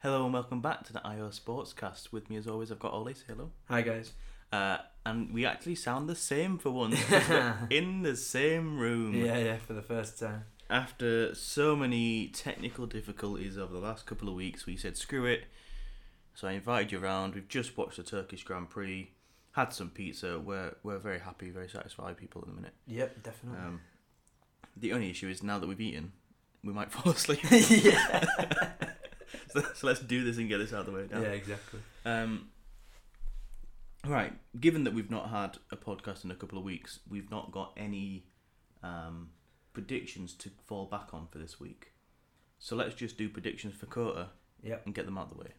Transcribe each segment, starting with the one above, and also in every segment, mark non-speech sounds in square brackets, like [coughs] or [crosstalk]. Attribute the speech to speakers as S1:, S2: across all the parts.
S1: Hello and welcome back to the IO Sportscast. With me as always, I've got Ollie. Say hello.
S2: Hi [laughs] guys.
S1: Uh, and we actually sound the same for once.
S2: [laughs]
S1: 'cause we're in the same room.
S2: Yeah, yeah, for the first time.
S1: After so many technical difficulties over the last couple of weeks, we said screw it. So I invited you round. We've just watched the Turkish Grand Prix, had some pizza. We're we're very happy, very satisfied people at the minute.
S2: Yep, definitely.
S1: Um, the only issue is now that we've eaten, we might [laughs] fall asleep.
S2: [laughs] yeah.
S1: [laughs] so, let's do this and get this out of the way. now.
S2: yeah, exactly.
S1: Um, right. Given that we've not had a podcast in a couple of weeks, we've not got any um, predictions to fall back on for this week. So let's just do predictions for Cota
S2: Yep.
S1: and get them out of the way.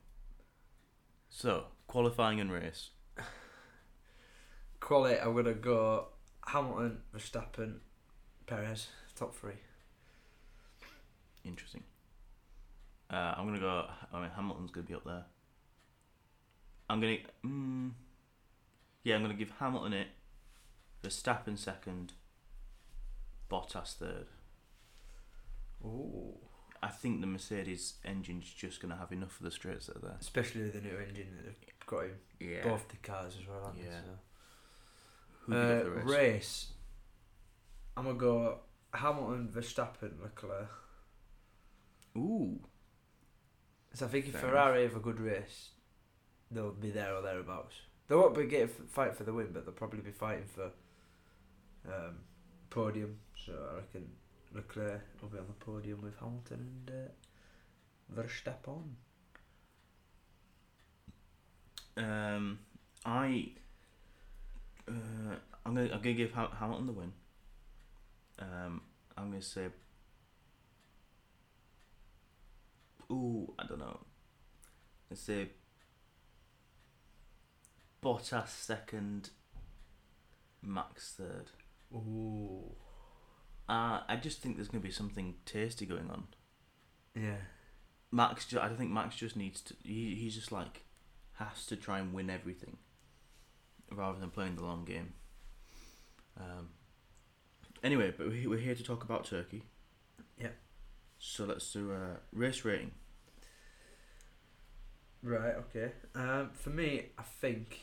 S1: So qualifying and race.
S2: Quality, I'm gonna go Hamilton, Verstappen, Perez, top three.
S1: Interesting. Uh, I'm gonna go. I mean, Hamilton's gonna be up there. I'm gonna. Mm, yeah, I'm gonna give Hamilton it. Verstappen second. Bottas third.
S2: Ooh.
S1: I think the Mercedes engine's just going to have enough of the straights that are there.
S2: Especially with the new engine that they've got in
S1: Yeah.
S2: both the cars as well. haven't they,
S1: Yeah.
S2: so.
S1: Who
S2: Uh,
S1: did the race?
S2: race. I'm gonna go Hamilton, Verstappen, Leclerc.
S1: Ooh.
S2: So I think if
S1: Fair
S2: Ferrari have a good race, they'll be there or thereabouts. They won't be getting fight for the win, but they'll probably be fighting for um, podium. So I reckon Leclerc will be on the podium with Hamilton and uh, Verstappen.
S1: Um, I. Uh, I'm gonna I'm gonna give Ham- Hamilton the win. Um, I'm gonna say. Ooh, I don't know. Let's say. Bottas second. Max third.
S2: Ooh,
S1: Uh, I just think there's gonna be something tasty going on.
S2: yeah,
S1: Max, ju- I don't think Max just needs to. He, he's just like has to try and win everything, rather than playing the long game. Um. Anyway, but we, we're here to talk about Turkey.
S2: Yep.
S1: So let's do uh, race rating. [laughs]
S2: right, okay. Um, for me, I think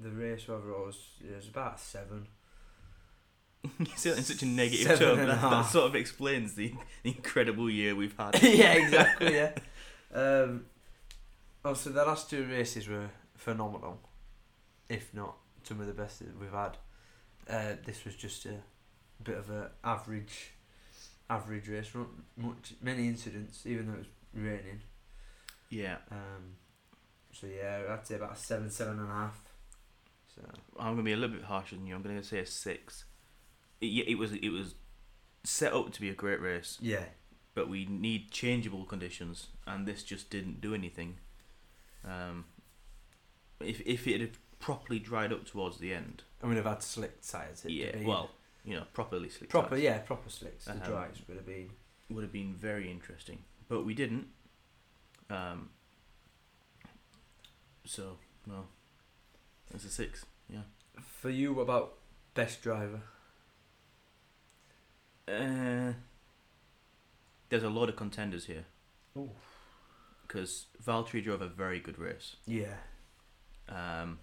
S2: the race overall was, was about a seven.
S1: you say that in such a negative
S2: Seven
S1: tone.
S2: and a
S1: That, that
S2: half.
S1: sort of explains the, the incredible year we've had.
S2: [laughs] yeah, exactly. Yeah. [laughs] Um, also, the last two races were phenomenal, if not some of the best that we've had. Uh, this was just a bit of a average, average race. Not much, many incidents, even though it was raining.
S1: Yeah,
S2: Um, so yeah, I'd say about a seven, seven and a half. So
S1: I'm gonna be a little bit harsher than you. I'm gonna say a six. It, yeah, it was it was set up to be a great race.
S2: yeah,
S1: but we need changeable conditions, and this just didn't do anything. Um, if if it had properly dried up towards the end,
S2: and we'd have had slick tyres. it'd
S1: yeah,
S2: have been
S1: well, you know, properly slick
S2: proper,
S1: tires
S2: yeah, proper slicks. The
S1: Um,
S2: drives would have been
S1: would have been very interesting, but we didn't. Um, so no, it's a six. Yeah.
S2: for you. What about best driver?
S1: Uh, there's a lot of contenders here
S2: Ooh.
S1: because Valtteri drove a very good race.
S2: Yeah.
S1: Um,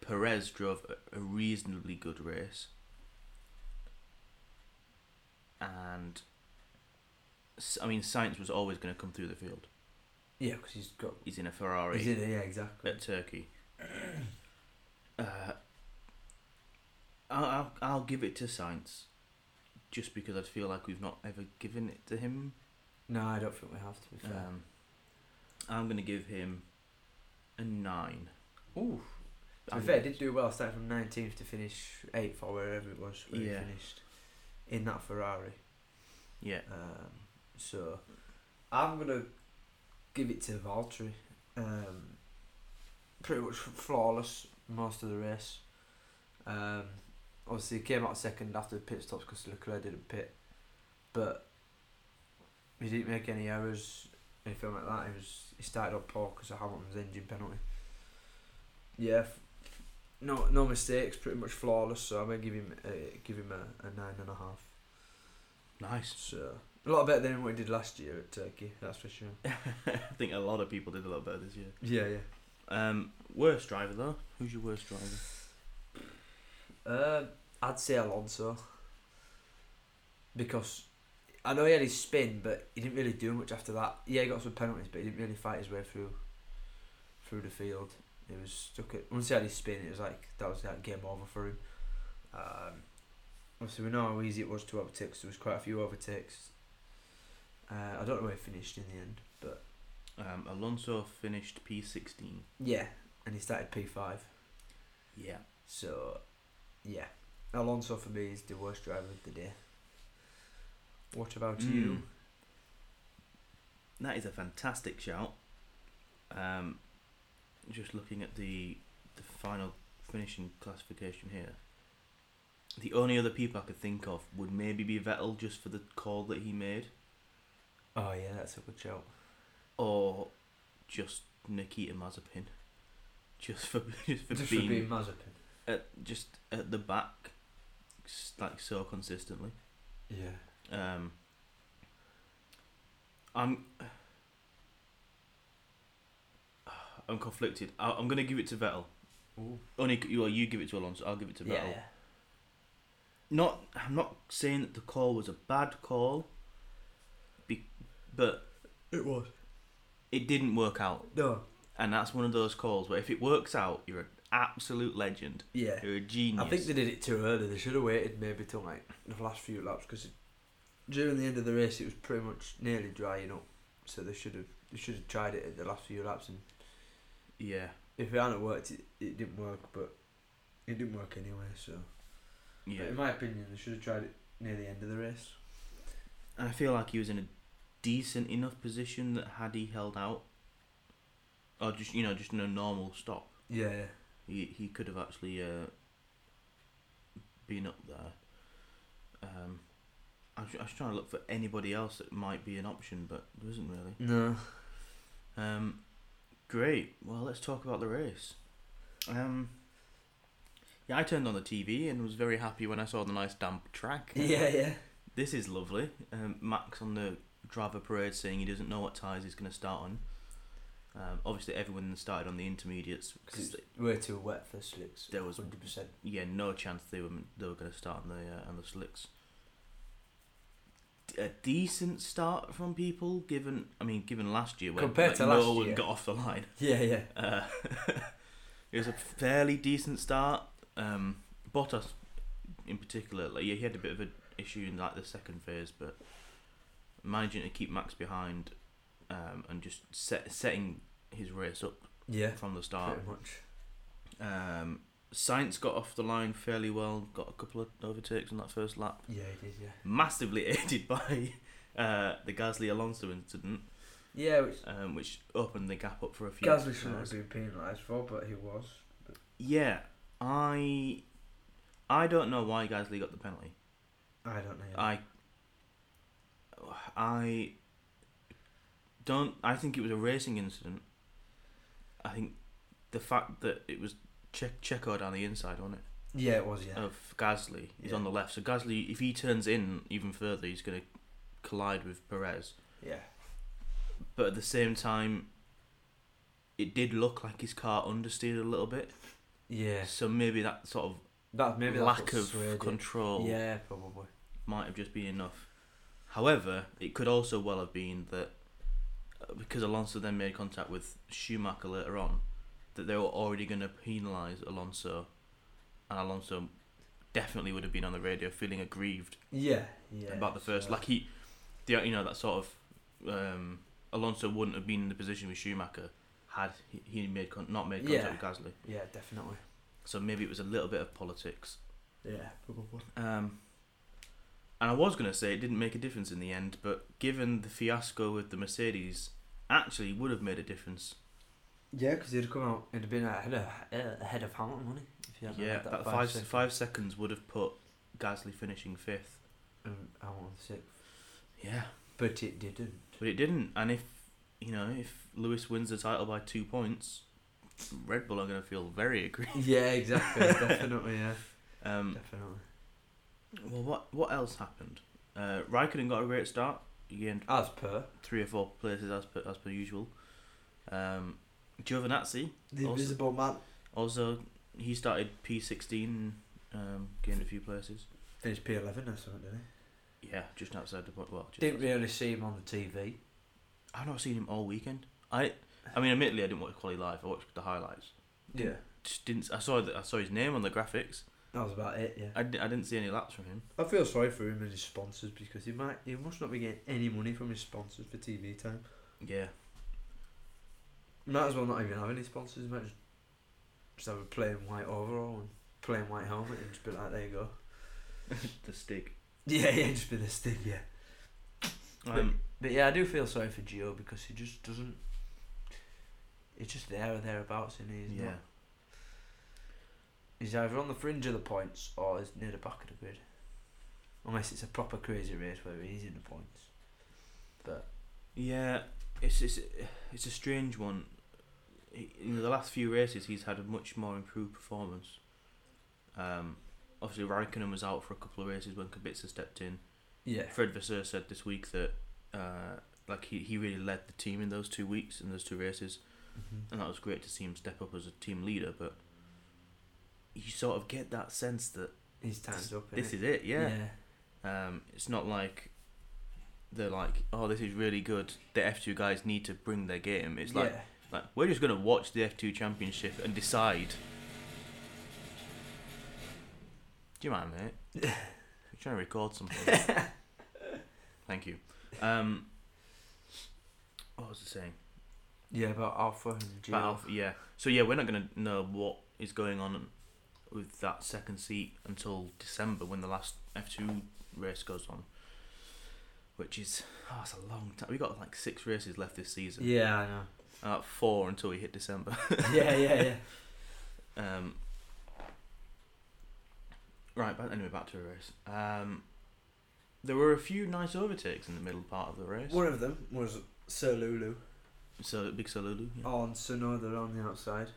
S1: Perez drove a- a reasonably good race, and S- I mean, Sainz was always going to come through the field.
S2: Yeah, because he's got.
S1: He's in a Ferrari
S2: Is it? Yeah, exactly.
S1: at Turkey. Uh, I'll, I'll I'll give it to Sainz, just because I feel like we've not ever given it to him.
S2: No, I don't think we have to be fair.
S1: Um, I'm going to give him a nine.
S2: Ooh, to be
S1: I'm
S2: fair,
S1: gonna-
S2: did do well. Started from nineteenth to finish eighth or wherever it was where
S1: Yeah.
S2: he finished in that Ferrari.
S1: Yeah,
S2: Um, so I'm gonna give it to Valtteri. Um, pretty much flawless most of the race. Um, obviously he came out second after the pit stops because Leclerc didn't pit, but he didn't make any errors, anything like that. He was he started up poor because of Hamilton's engine penalty. Yeah, f- no no mistakes, pretty much uh, flawless. So I'm gonna give him a, give him a, a nine and a half.
S1: nice.
S2: So A lot better than what he did last year at Turkey, that's for sure.
S1: I think a lot of people did a lot better this year.
S2: [laughs] Yeah, yeah.
S1: Um, worst driver though. Who's your worst driver?
S2: Um, I'd say Alonso because I know he had his spin, but he didn't really do much after that. Yeah, he got some penalties, but he didn't really fight his way through through the field. He was stuck at once he had his spin. It was like that was that game over for him. Um, obviously, we know how easy it was to overtake. 'cause there was quite a few overtakes. Uh, I don't know where he finished in the end, but
S1: Um, Alonso finished P16.
S2: yeah, and he started P five.
S1: Yeah.
S2: So, yeah, Alonso for me is the worst driver of the day. What about you?
S1: Mm. That is a fantastic shout. Um, just looking at the the final finishing classification here. The only other people I could think of would maybe be Vettel just for the call that he made,
S2: Oh yeah, that's a good shout.
S1: or just Nikita Mazepin, just for [laughs] just for
S2: Just
S1: being,
S2: for being Mazepin.
S1: at, just at the back, s- like so consistently.
S2: Yeah.
S1: Um, I'm I'm conflicted. I, I'm going to give it to Vettel.
S2: Ooh.
S1: Only you, well, you give it to Alonso. I'll give it to Vettel.
S2: Yeah, yeah.
S1: Not I'm not saying that the call was a bad call, be, but
S2: It was.
S1: it didn't work out,
S2: No.
S1: and that's one of those calls where if it works out, you're an absolute legend.
S2: Yeah.
S1: You're a genius.
S2: I think they did it too early. They should have waited maybe till like the last few laps because during the end of the race it was pretty much nearly drying up. So they should have they should have tried it at the last few laps and
S1: yeah,
S2: if it hadn't worked it, it didn't work but it didn't work anyway so
S1: yeah.
S2: But in my opinion they should have tried it near the end of the race.
S1: And I feel like he was in a decent enough position that had he held out, or just you know just in a normal stop,
S2: Yeah. yeah.
S1: he he could have actually uh, been up there. Um, I was, I was trying to look for anybody else that might be an option, but there isn't really.
S2: No.
S1: Um, great. Well, let's talk about the race. Um, yeah, I turned on the TV and was very happy when I saw the nice damp track.
S2: [laughs] Yeah, yeah.
S1: This is lovely. Um, Max on the driver parade saying he doesn't know what tyres he's going to start on. Um, obviously, everyone started on the intermediates because
S2: We're too wet for slicks.
S1: there was
S2: Hundred percent.
S1: yeah no chance they were they were going to start on the uh, on the slicks. D- A decent start from people, given I mean, given last year where
S2: Compared
S1: like,
S2: to
S1: no
S2: last
S1: one
S2: year.
S1: got off the line.
S2: Yeah, yeah.
S1: Uh, [laughs] it was a fairly decent start. Um, Bottas, in particular, like yeah, he had a bit of an issue in like the second phase, but managing to keep Max behind um, and just set, setting his race up
S2: Yeah. Ah.
S1: from the start.
S2: Pretty much.
S1: Um, Science got off the line fairly well, got a couple of overtakes on that first lap,
S2: Yeah, it is, yeah.
S1: massively [laughs] aided by uh, the Gasly Alonso incident,
S2: Yeah, which
S1: um, which opened the gap up for a few. Uh,
S2: Gasly shouldn't
S1: cars.
S2: have been penalised for, but he was.
S1: Yeah, I I don't know why Gasly got the penalty.
S2: I don't know.
S1: I I don't. I think it was a racing incident. I think the fact that it was check Checo down the inside on it
S2: yeah, it was, yeah.
S1: of Gasly. He's
S2: Yeah.
S1: on the left, so Gasly if he turns in even further, he's going to collide with Perez.
S2: yeah.
S1: But at the same time, it did look like his car understeered a little bit.
S2: Yeah.
S1: So maybe that sort of
S2: That maybe that's
S1: lack
S2: what
S1: of
S2: swayed it.
S1: control
S2: Yeah, probably.
S1: might have just been enough. However, it could also well have been that uh, because Alonso then made contact with Schumacher later on, that they were already going to penalise Alonso, and Alonso definitely would have been on the radio feeling aggrieved
S2: Yeah, yeah.
S1: about the first.
S2: so-
S1: Like he, the you know that sort of um, Alonso wouldn't have been in the position with Schumacher had he, he made con- not made contact
S2: Yeah.
S1: with Gasly.
S2: Yeah, definitely.
S1: So maybe it was a little bit of politics.
S2: Yeah, probably.
S1: Um, and I was going to say it didn't make a difference in the end, but given the fiasco with the Mercedes, actually would have made a difference.
S2: Yeah, because he'd come out, he'd have been ahead of, ahead of Hamilton, wouldn't he? If he hadn't
S1: yeah,
S2: had
S1: that, five five seconds would have put Gasly finishing fifth.
S2: Um, Hamilton sixth.
S1: Yeah,
S2: But it didn't.
S1: but it didn't. And if you know if Lewis wins the title by two points, Red Bull are going to feel very aggrieved.
S2: Yeah, [laughs] exactly. definitely, yeah.
S1: Um,
S2: Definitely.
S1: well, what what else happened? Uh, Raikkonen got a great start. He gained
S2: As per.
S1: three or four places as per as per usual. Um, Giovinazzi
S2: The
S1: Also-
S2: Invisible Man.
S1: also he started P sixteen, um, gained a few places.
S2: Finished P11 or something, didn't
S1: Yeah, just outside the point. Well, just
S2: he? Didn't
S1: outside.
S2: really see him on the TV.
S1: I've not seen him all weekend. I, I mean, admittedly, I didn't watch quality live. I watched the highlights.
S2: Yeah.
S1: Just didn't. I saw that. I saw his name on the graphics.
S2: That was about it, yeah.
S1: I, di- I didn't see any laps from him.
S2: I feel sorry for him and his sponsors because he might he must not be getting any money from his sponsors for TV time.
S1: [laughs] Yeah,
S2: Might as well not even have any sponsors. Might just, just have a plain white overall and plain white helmet and just be like, there you go.
S1: the stick.
S2: [laughs] Yeah, yeah, just be the stick, yeah.
S1: Um,
S2: But yeah, I do feel sorry for Gio because he just doesn't. It's just there or thereabouts, and he's
S1: yeah,
S2: not. He's either on the fringe of the points or he's near the back of the grid. Unless it's a proper crazy race where he's in the points. But
S1: yeah. It's it's it's a strange one. He- In the last few races, he's had a much more improved performance. Um, obviously, Raikkonen was out for a couple of races when Kubica stepped in.
S2: yeah,
S1: Fred Vasseur said this week that uh, like he, he really led the team in those two weeks in those two races, [laughs]
S2: Mm-hmm.
S1: and that was great to see him step up as a team leader. But you sort of get that sense that
S2: his time's up.
S1: this is it, yeah. Um, it's not like they're like, oh, this is really good. The F two guys need to bring their game. Mm, It's like,
S2: yeah.
S1: like we're just gonna watch the F two championship and decide. Do you mind, mate? We're trying to record something. Thank you. Um, what was I saying?
S2: yeah, about Alpha and Gio.
S1: About Alpha- yeah. So yeah, we're not gonna know what is going on with that second seat until December when the last F two race goes on, which is oh, it's a long time. We got like six races left this season.
S2: Yeah,
S1: [laughs]
S2: I know.
S1: Uh, four until we hit December.
S2: yeah, yeah, yeah.
S1: Um, right, but anyway, back to the race. Um, there were a few nice overtakes in the middle part of the race.
S2: One of them was Sir Lulu
S1: So big Salulu. Yeah.
S2: on Sonoda on the outside.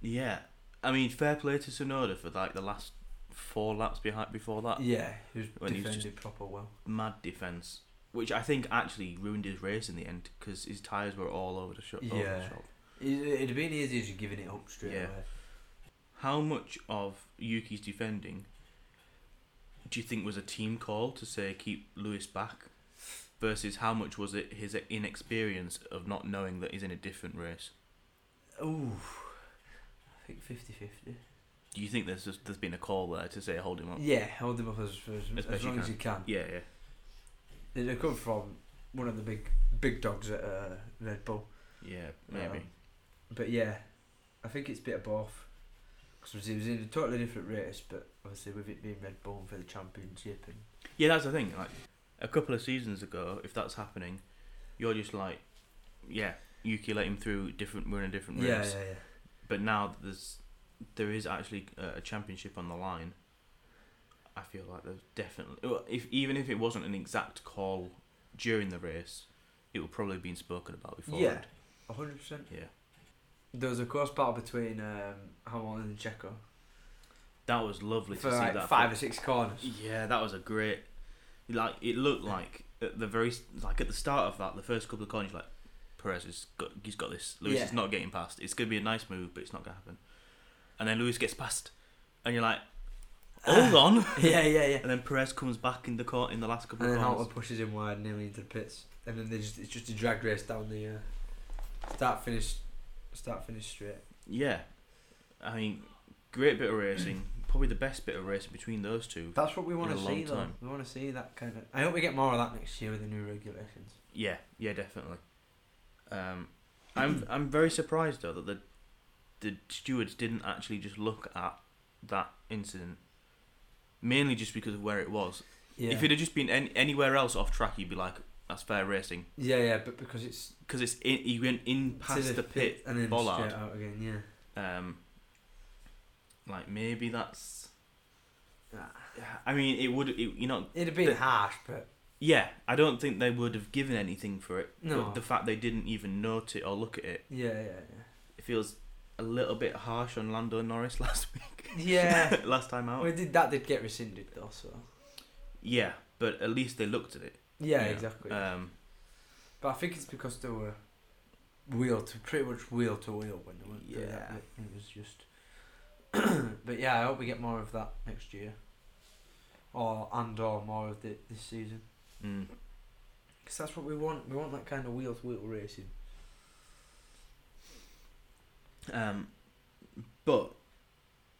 S1: yeah, I mean, fair play to Sonoda for like the last four laps behind before that
S2: yeah, he was
S1: Uh, when he was
S2: defended proper well.
S1: mad defense, which I think actually ruined his race in the end because his tires were all over the shop. Over the
S2: Yeah.
S1: shop.
S2: It, it'd have been easy as you giving it up straight
S1: Yeah.
S2: away.
S1: How much of Yuki's defending do you think was a team call to say keep Lewis back versus how much was it his inexperience of not knowing that he's in a different race?
S2: Ooh, I think 50-50.
S1: Do you think there's just there's been a call there to say hold him up?
S2: Yeah, hold him up as for as,
S1: As
S2: as,
S1: best you
S2: long as
S1: can.
S2: you can.
S1: Yeah, yeah.
S2: It'll come from one of the big big dogs at uh, Red Bull.
S1: Yeah, maybe.
S2: Um, But yeah, I think it's a bit of both. Because it was in a totally different race, but obviously with it being Red Bull for the championship and
S1: yeah, that's the thing. Like a couple of seasons ago, if that's happening, you're just like, yeah, Yuki let him through. Different, we're in a different race.
S2: yeah, yeah, yeah.
S1: But now that there's there is actually uh, a championship on the line. I feel like there's definitely well, if even if it wasn't an exact call during the race, it would probably have been spoken about before.
S2: Yeah, a hundred percent.
S1: yeah.
S2: There was a close battle between um, Hamilton and Checo
S1: That was lovely
S2: for
S1: to see
S2: like
S1: that.
S2: five or six corners.
S1: Yeah, that was a great. Like it looked like at the very like at the start of that, the first couple of corners, you're like Perez has got he's got this. Lewis is
S2: Yeah.
S1: not getting past. It's gonna be a nice move, but it's not gonna happen. And then Lewis gets past, and you're like, hold on.
S2: [laughs] yeah, yeah, yeah.
S1: And then Perez comes back in the court in the last couple
S2: And then
S1: of
S2: Hamilton
S1: corners.
S2: pushes him wide nearly into the pits, and then they just it's just a drag race down the uh, start finish start finish straight.
S1: Yeah, I mean, great bit of racing. Probably the best bit of racing between those two.
S2: That's what we want
S1: a
S2: to
S1: long
S2: see, though.
S1: time.
S2: We want to see that kind of. I hope we get more of that next year with the new regulations.
S1: Yeah, yeah, definitely. Um, I'm I'm very surprised though that the the stewards didn't actually just look at that incident. Mainly just because of where it was.
S2: Yeah.
S1: If it had just been any, anywhere else off track, you'd be like, "That's fair racing,"
S2: yeah, yeah, but because it's
S1: because it's in, he went in past
S2: to
S1: the, pit.
S2: and then
S1: bollard.
S2: straight out again. Yeah.
S1: Um, like maybe that's. I mean, it would. It, you're not
S2: It'd have been
S1: The-
S2: harsh, but
S1: Yeah, I don't think they would have given anything for it.
S2: No.
S1: But the fact they didn't even note it or look at it,
S2: yeah, yeah,
S1: it feels a little bit harsh on Lando Norris [laughs] last week.
S2: [laughs] yeah.
S1: [laughs] last time
S2: yeah.
S1: out.
S2: we did that did get rescinded though, so
S1: Yeah, but at least they looked at it.
S2: Yeah,
S1: Yeah.
S2: exactly.
S1: Um,
S2: but I think it's because they were wheel to pretty much wheel to wheel when they weren't doing that
S1: Yeah.
S2: bit. It was just. [clears throat] but yeah, I hope we get more of that next year, or and or more of it this season.
S1: mm,
S2: Because that's what we want. We want that kind of wheel to wheel racing.
S1: um, but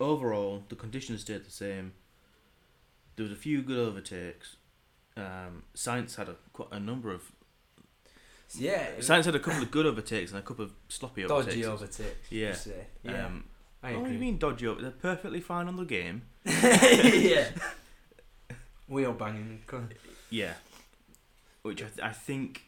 S1: overall, the conditions stayed the same. There was a few good overtakes. Um, science had a quite a number of
S2: So yeah, it was
S1: science had a couple
S2: [coughs]
S1: of good overtakes and a couple of sloppy overtakes.
S2: dodgy overtakes.
S1: Yeah.
S2: you say. yeah.
S1: Um,
S2: I
S1: what do you
S2: agree.
S1: mean dodgy over? They're perfectly fine on the game.
S2: [laughs] yeah. Wheel banging. co-
S1: Yeah, which I, th- I think.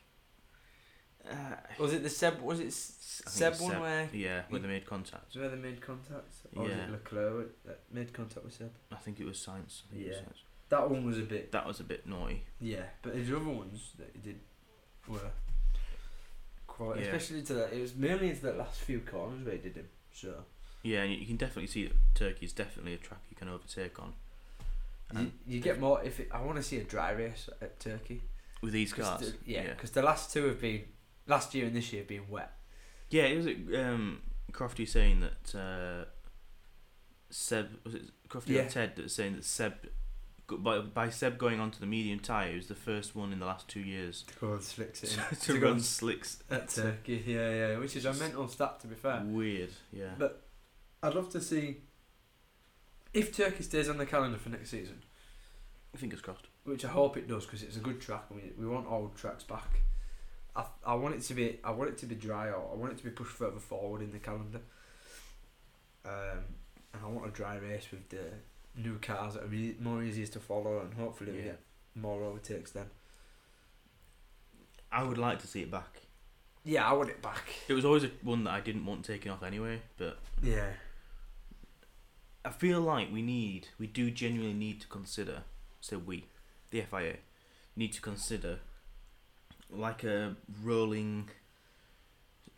S1: Uh,
S2: Was it the Seb? Was it S-
S1: s- I think
S2: Seb
S1: it's
S2: one where?
S1: Yeah, where they made contact.
S2: Is where they made contact? Or was
S1: Yeah.
S2: it Leclerc that made contact with Seb?
S1: I think it was science. I think it was
S2: Yeah.
S1: science.
S2: That one was a bit.
S1: That was a bit naughty.
S2: Yeah, but his other ones that he did were quite.
S1: Yeah.
S2: Especially to that. It was mainly into the last few corners where he did him. So.
S1: Yeah, and you can definitely see that Turkey's definitely a track you can overtake on.
S2: You,
S1: And
S2: you get more if it, I want to see a dry race at Turkey.
S1: with these
S2: 'Cause
S1: cars.
S2: the- yeah, because the last two have been last year and this year have been wet.
S1: Yeah, it was um, Crofty saying that uh, Seb was it Crofty
S2: Yeah.
S1: or Ted that was saying that Seb go- by by Seb going onto the medium tyre, he was the first one in the last two years
S2: Go and
S1: [laughs]
S2: slicks
S1: to,
S2: To
S1: to
S2: go
S1: run
S2: and-
S1: slicks.
S2: at Turkey. Yeah, yeah, which is a
S1: Just-
S2: mental stat to be fair.
S1: Weird, yeah.
S2: But- I'd love to see if Turkey stays on the calendar for next season,
S1: Fingers crossed.
S2: which I hope it does because it's a good track. and we, we want old tracks back. I, I want it to be I want it to be dry or I want it to be pushed further forward in the calendar. Um, and I want a dry race with the new cars that are really more easiest to follow and hopefully we
S1: Yeah.
S2: get more overtakes then.
S1: I would like to see it back.
S2: Yeah, I want it back.
S1: It was always a, one that I didn't want taken off anyway, but
S2: Yeah.
S1: I feel like we need, we do genuinely need to consider, say we, the FIA, need to consider like a rolling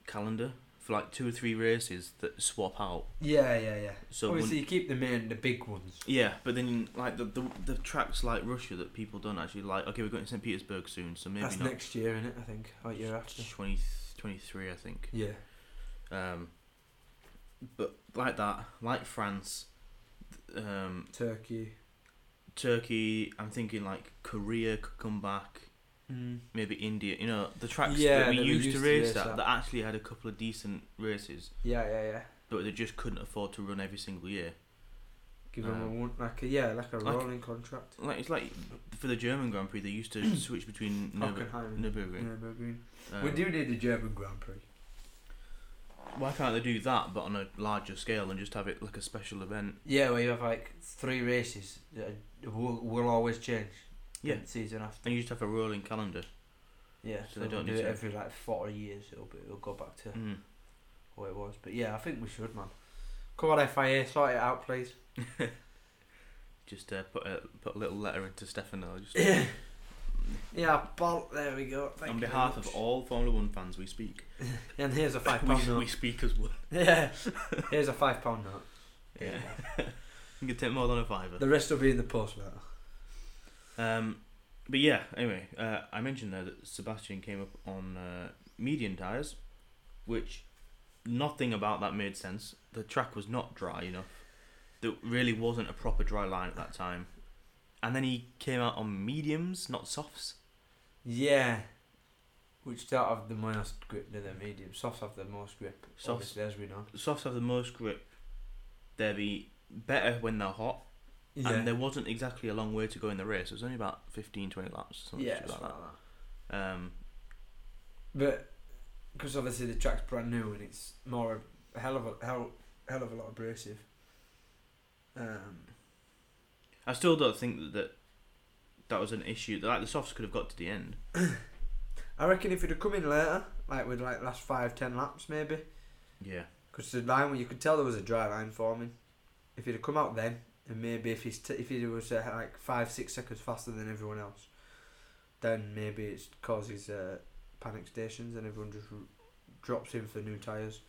S1: calendar for like two or three races that swap out.
S2: Yeah, yeah, yeah.
S1: So
S2: Obviously,
S1: one-
S2: you keep the main, the big ones.
S1: yeah, but then like the, the the tracks like Russia that people don't actually like. Okay, we're going to St Petersburg soon, so maybe
S2: That's
S1: not
S2: next year, innit? I think, or year after.
S1: 20, 23, I think.
S2: Yeah.
S1: Um, but like that, like France, th- um,
S2: Turkey.
S1: Turkey. I'm thinking like Korea could come back.
S2: Mm.
S1: Maybe India. You know the tracks
S2: Yeah,
S1: that we
S2: that we
S1: used, to race at
S2: at.
S1: that actually had a couple of decent races,
S2: Yeah, yeah, yeah.
S1: but they just couldn't afford to run every single year.
S2: Give them a
S1: Um,
S2: one, like a yeah, like a
S1: like-
S2: rolling contract.
S1: Like it's like for the German Grand Prix, they used
S2: [clears throat]
S1: to switch between Nürburg-
S2: Hockenheim.
S1: Nürburgring.
S2: Nürburgring.
S1: Um,
S2: we do need a German Grand Prix.
S1: Why can't they do that, but on a larger scale and just have it like a special event?
S2: Yeah, where you have like three races that are- will, will always change.
S1: Yeah.
S2: the Season after.
S1: And you just have a rolling calendar.
S2: Yeah,
S1: So
S2: so,
S1: they
S2: we'll
S1: don't
S2: do
S1: need
S2: it
S1: to-
S2: every like four years. It'll be, it'll go back to
S1: Mm.
S2: what it was. But yeah, I think we should, man. Come on, FIA, sort it out,
S1: [laughs]
S2: please.
S1: Just uh, put a put a little letter into
S2: [laughs]
S1: Stefano. Just
S2: yeah, bolt. There we go. Thank
S1: on
S2: you very
S1: behalf
S2: much.
S1: of all Formula One fans, we speak.
S2: And
S1: [laughs]
S2: here's a five pound
S1: We, we
S2: note.
S1: speak as one. [laughs]
S2: Yeah, here's a five pound note.
S1: Yeah, you can take more than a fiver.
S2: The rest will be in the post letter.
S1: Um, but yeah, anyway, uh, I mentioned there that Sebastian came up on uh, median tyres, which nothing about that made sense. The track was not dry enough. There really wasn't a proper dry line at that time. And then he came out on mediums, not softs.
S2: Yeah. Which don't have the most grip than the medium. Softs have the most grip.
S1: Softs.
S2: Obviously, as we know.
S1: Softs have the most grip. They'll be better when they're hot.
S2: Yeah.
S1: And there wasn't exactly a long way to go in the race. It was only about 15, 20 laps. Something
S2: yeah,
S1: stupid
S2: it's
S1: like
S2: like that.
S1: that. Um,
S2: But because obviously the track's brand new and it's more a hell of a hell, hell of a lot abrasive. Um,
S1: I still don't think that that, that was an issue. Like the softs could have got to the end.
S2: I reckon if it had come in later, like with like last five ten laps maybe,
S1: Yeah.
S2: because the line where you could tell there was a dry line forming. If it had come out then, and maybe if he's t- if he was uh, like five six seconds faster than everyone else, then maybe it causes uh, panic stations and everyone just r- drops in for new tyres,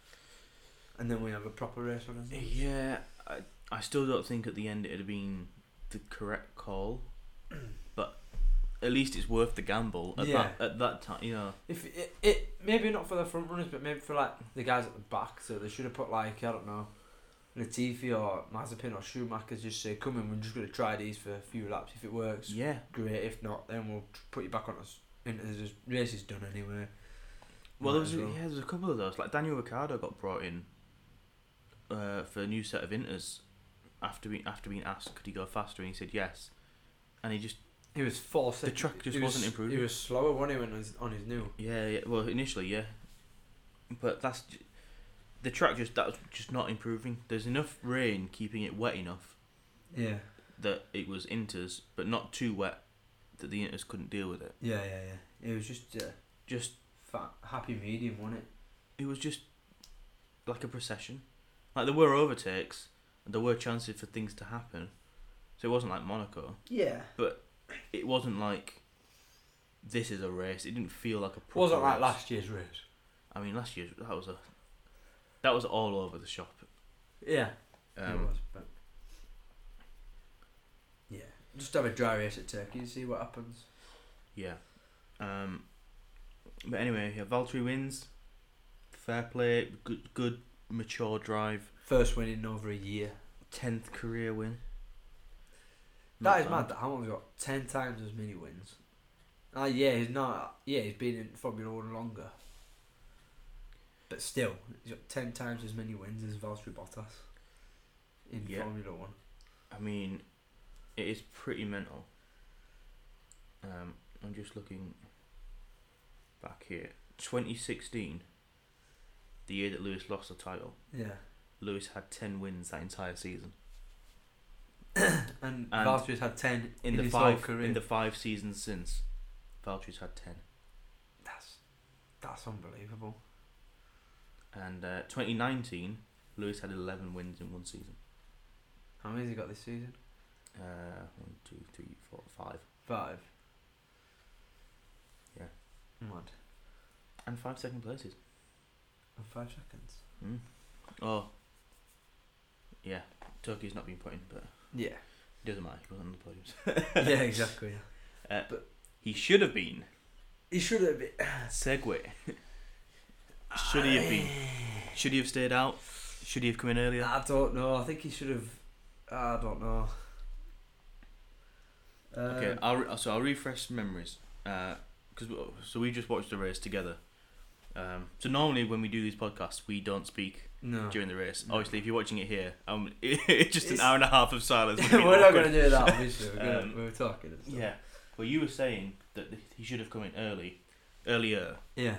S2: and then we have a proper race on. isn't it?
S1: Yeah. I,
S2: [clears throat]
S1: I still don't think at the end it had been the correct call, but at least it's worth the gamble at
S2: Yeah.
S1: that at that time. You know,
S2: If it, it maybe not for the front runners, but maybe for like the guys at the back. So they should have put like I don't know, Latifi or Mazepin or Schumacher. Just say, come in, we're just gonna try these for a few laps. If it works,
S1: yeah,
S2: great. If not, then we'll tr- put you back on us. And the race is done anyway.
S1: Well, there
S2: Might
S1: was,
S2: as well.
S1: yeah, there was a couple of those. Like Daniel Ricciardo got brought in uh, for a new set of inters after being after being asked could he go faster, and he said yes, and he just
S2: He was four seconds.
S1: track just
S2: he was-
S1: wasn't improving.
S2: He was slower when he went on his, on his new.
S1: yeah, yeah well initially yeah, but that's j- the track just that was just not improving. There's enough rain keeping it wet enough
S2: Yeah,
S1: that it was inters, but not too wet that the inters couldn't deal with it.
S2: yeah, yeah, yeah. It was just uh,
S1: Just
S2: fat, happy medium, wasn't it?
S1: it was just like a procession. Like there were overtakes and there were chances for things to happen. So it wasn't like Monaco.
S2: Yeah.
S1: It wasn't like this is a race. It didn't feel like a proper
S2: Wasn't like
S1: race.
S2: last year's race.
S1: I mean last year that was a that was all over the shop.
S2: Yeah. it
S1: Um,
S2: was, but yeah, just have a dry race at Turkey and see what happens.
S1: yeah. Um but anyway, yeah, Valtteri wins. Fair play, good good mature drive.
S2: First win in over a year.
S1: Tenth career win.
S2: That
S1: Not
S2: is mad that Hamilton's got ten times as many wins. Ah, yeah, he's not. Yeah, he's been in Formula One longer, but still, he's got ten times as many wins as Valtteri Bottas in
S1: Yeah.
S2: Formula One.
S1: I mean, it is pretty mental. Um, I'm just looking back here. 2016, the year that Lewis lost the title,
S2: Yeah,
S1: Lewis had 10 wins that entire season.
S2: and,
S1: And
S2: Valtteri's had ten
S1: In, the
S2: his whole
S1: five
S2: career.
S1: in the five seasons since, Valtteri's had 10.
S2: that's that's unbelievable.
S1: And uh, 2019, Lewis had 11 wins in one season.
S2: How many has he got this season?
S1: Uh, one, two, three, four, five,
S2: Five.
S1: Yeah.
S2: Mad.
S1: and five second places.
S2: In five seconds.
S1: Mm. Oh, yeah. Turkey's not been put in, but [laughs]
S2: Yeah.
S1: it doesn't matter. He wasn't on the podium.
S2: [laughs] yeah, exactly.
S1: He should have been.
S2: He should have been.
S1: Segway. should he have been? Should he have stayed out? Should he have come in earlier?
S2: I don't know. I think he should have. I don't know. Um,
S1: okay, I'll re- so I'll refresh memories. Uh 'cause we so we just watched the race together. Um, so normally when we do these podcasts, we don't speak
S2: No.
S1: during the race.
S2: No.
S1: Obviously, if you're watching it here, um, [laughs] it's just an
S2: It's-
S1: hour and a half of
S2: [laughs]
S1: silence. would be
S2: We're not
S1: awkward.
S2: going to
S1: [laughs]
S2: do that, obviously. We're, gonna,
S1: Um,
S2: we we're talking. And stuff.
S1: Yeah. Well, you were saying that he should have come in early, earlier,
S2: Yeah.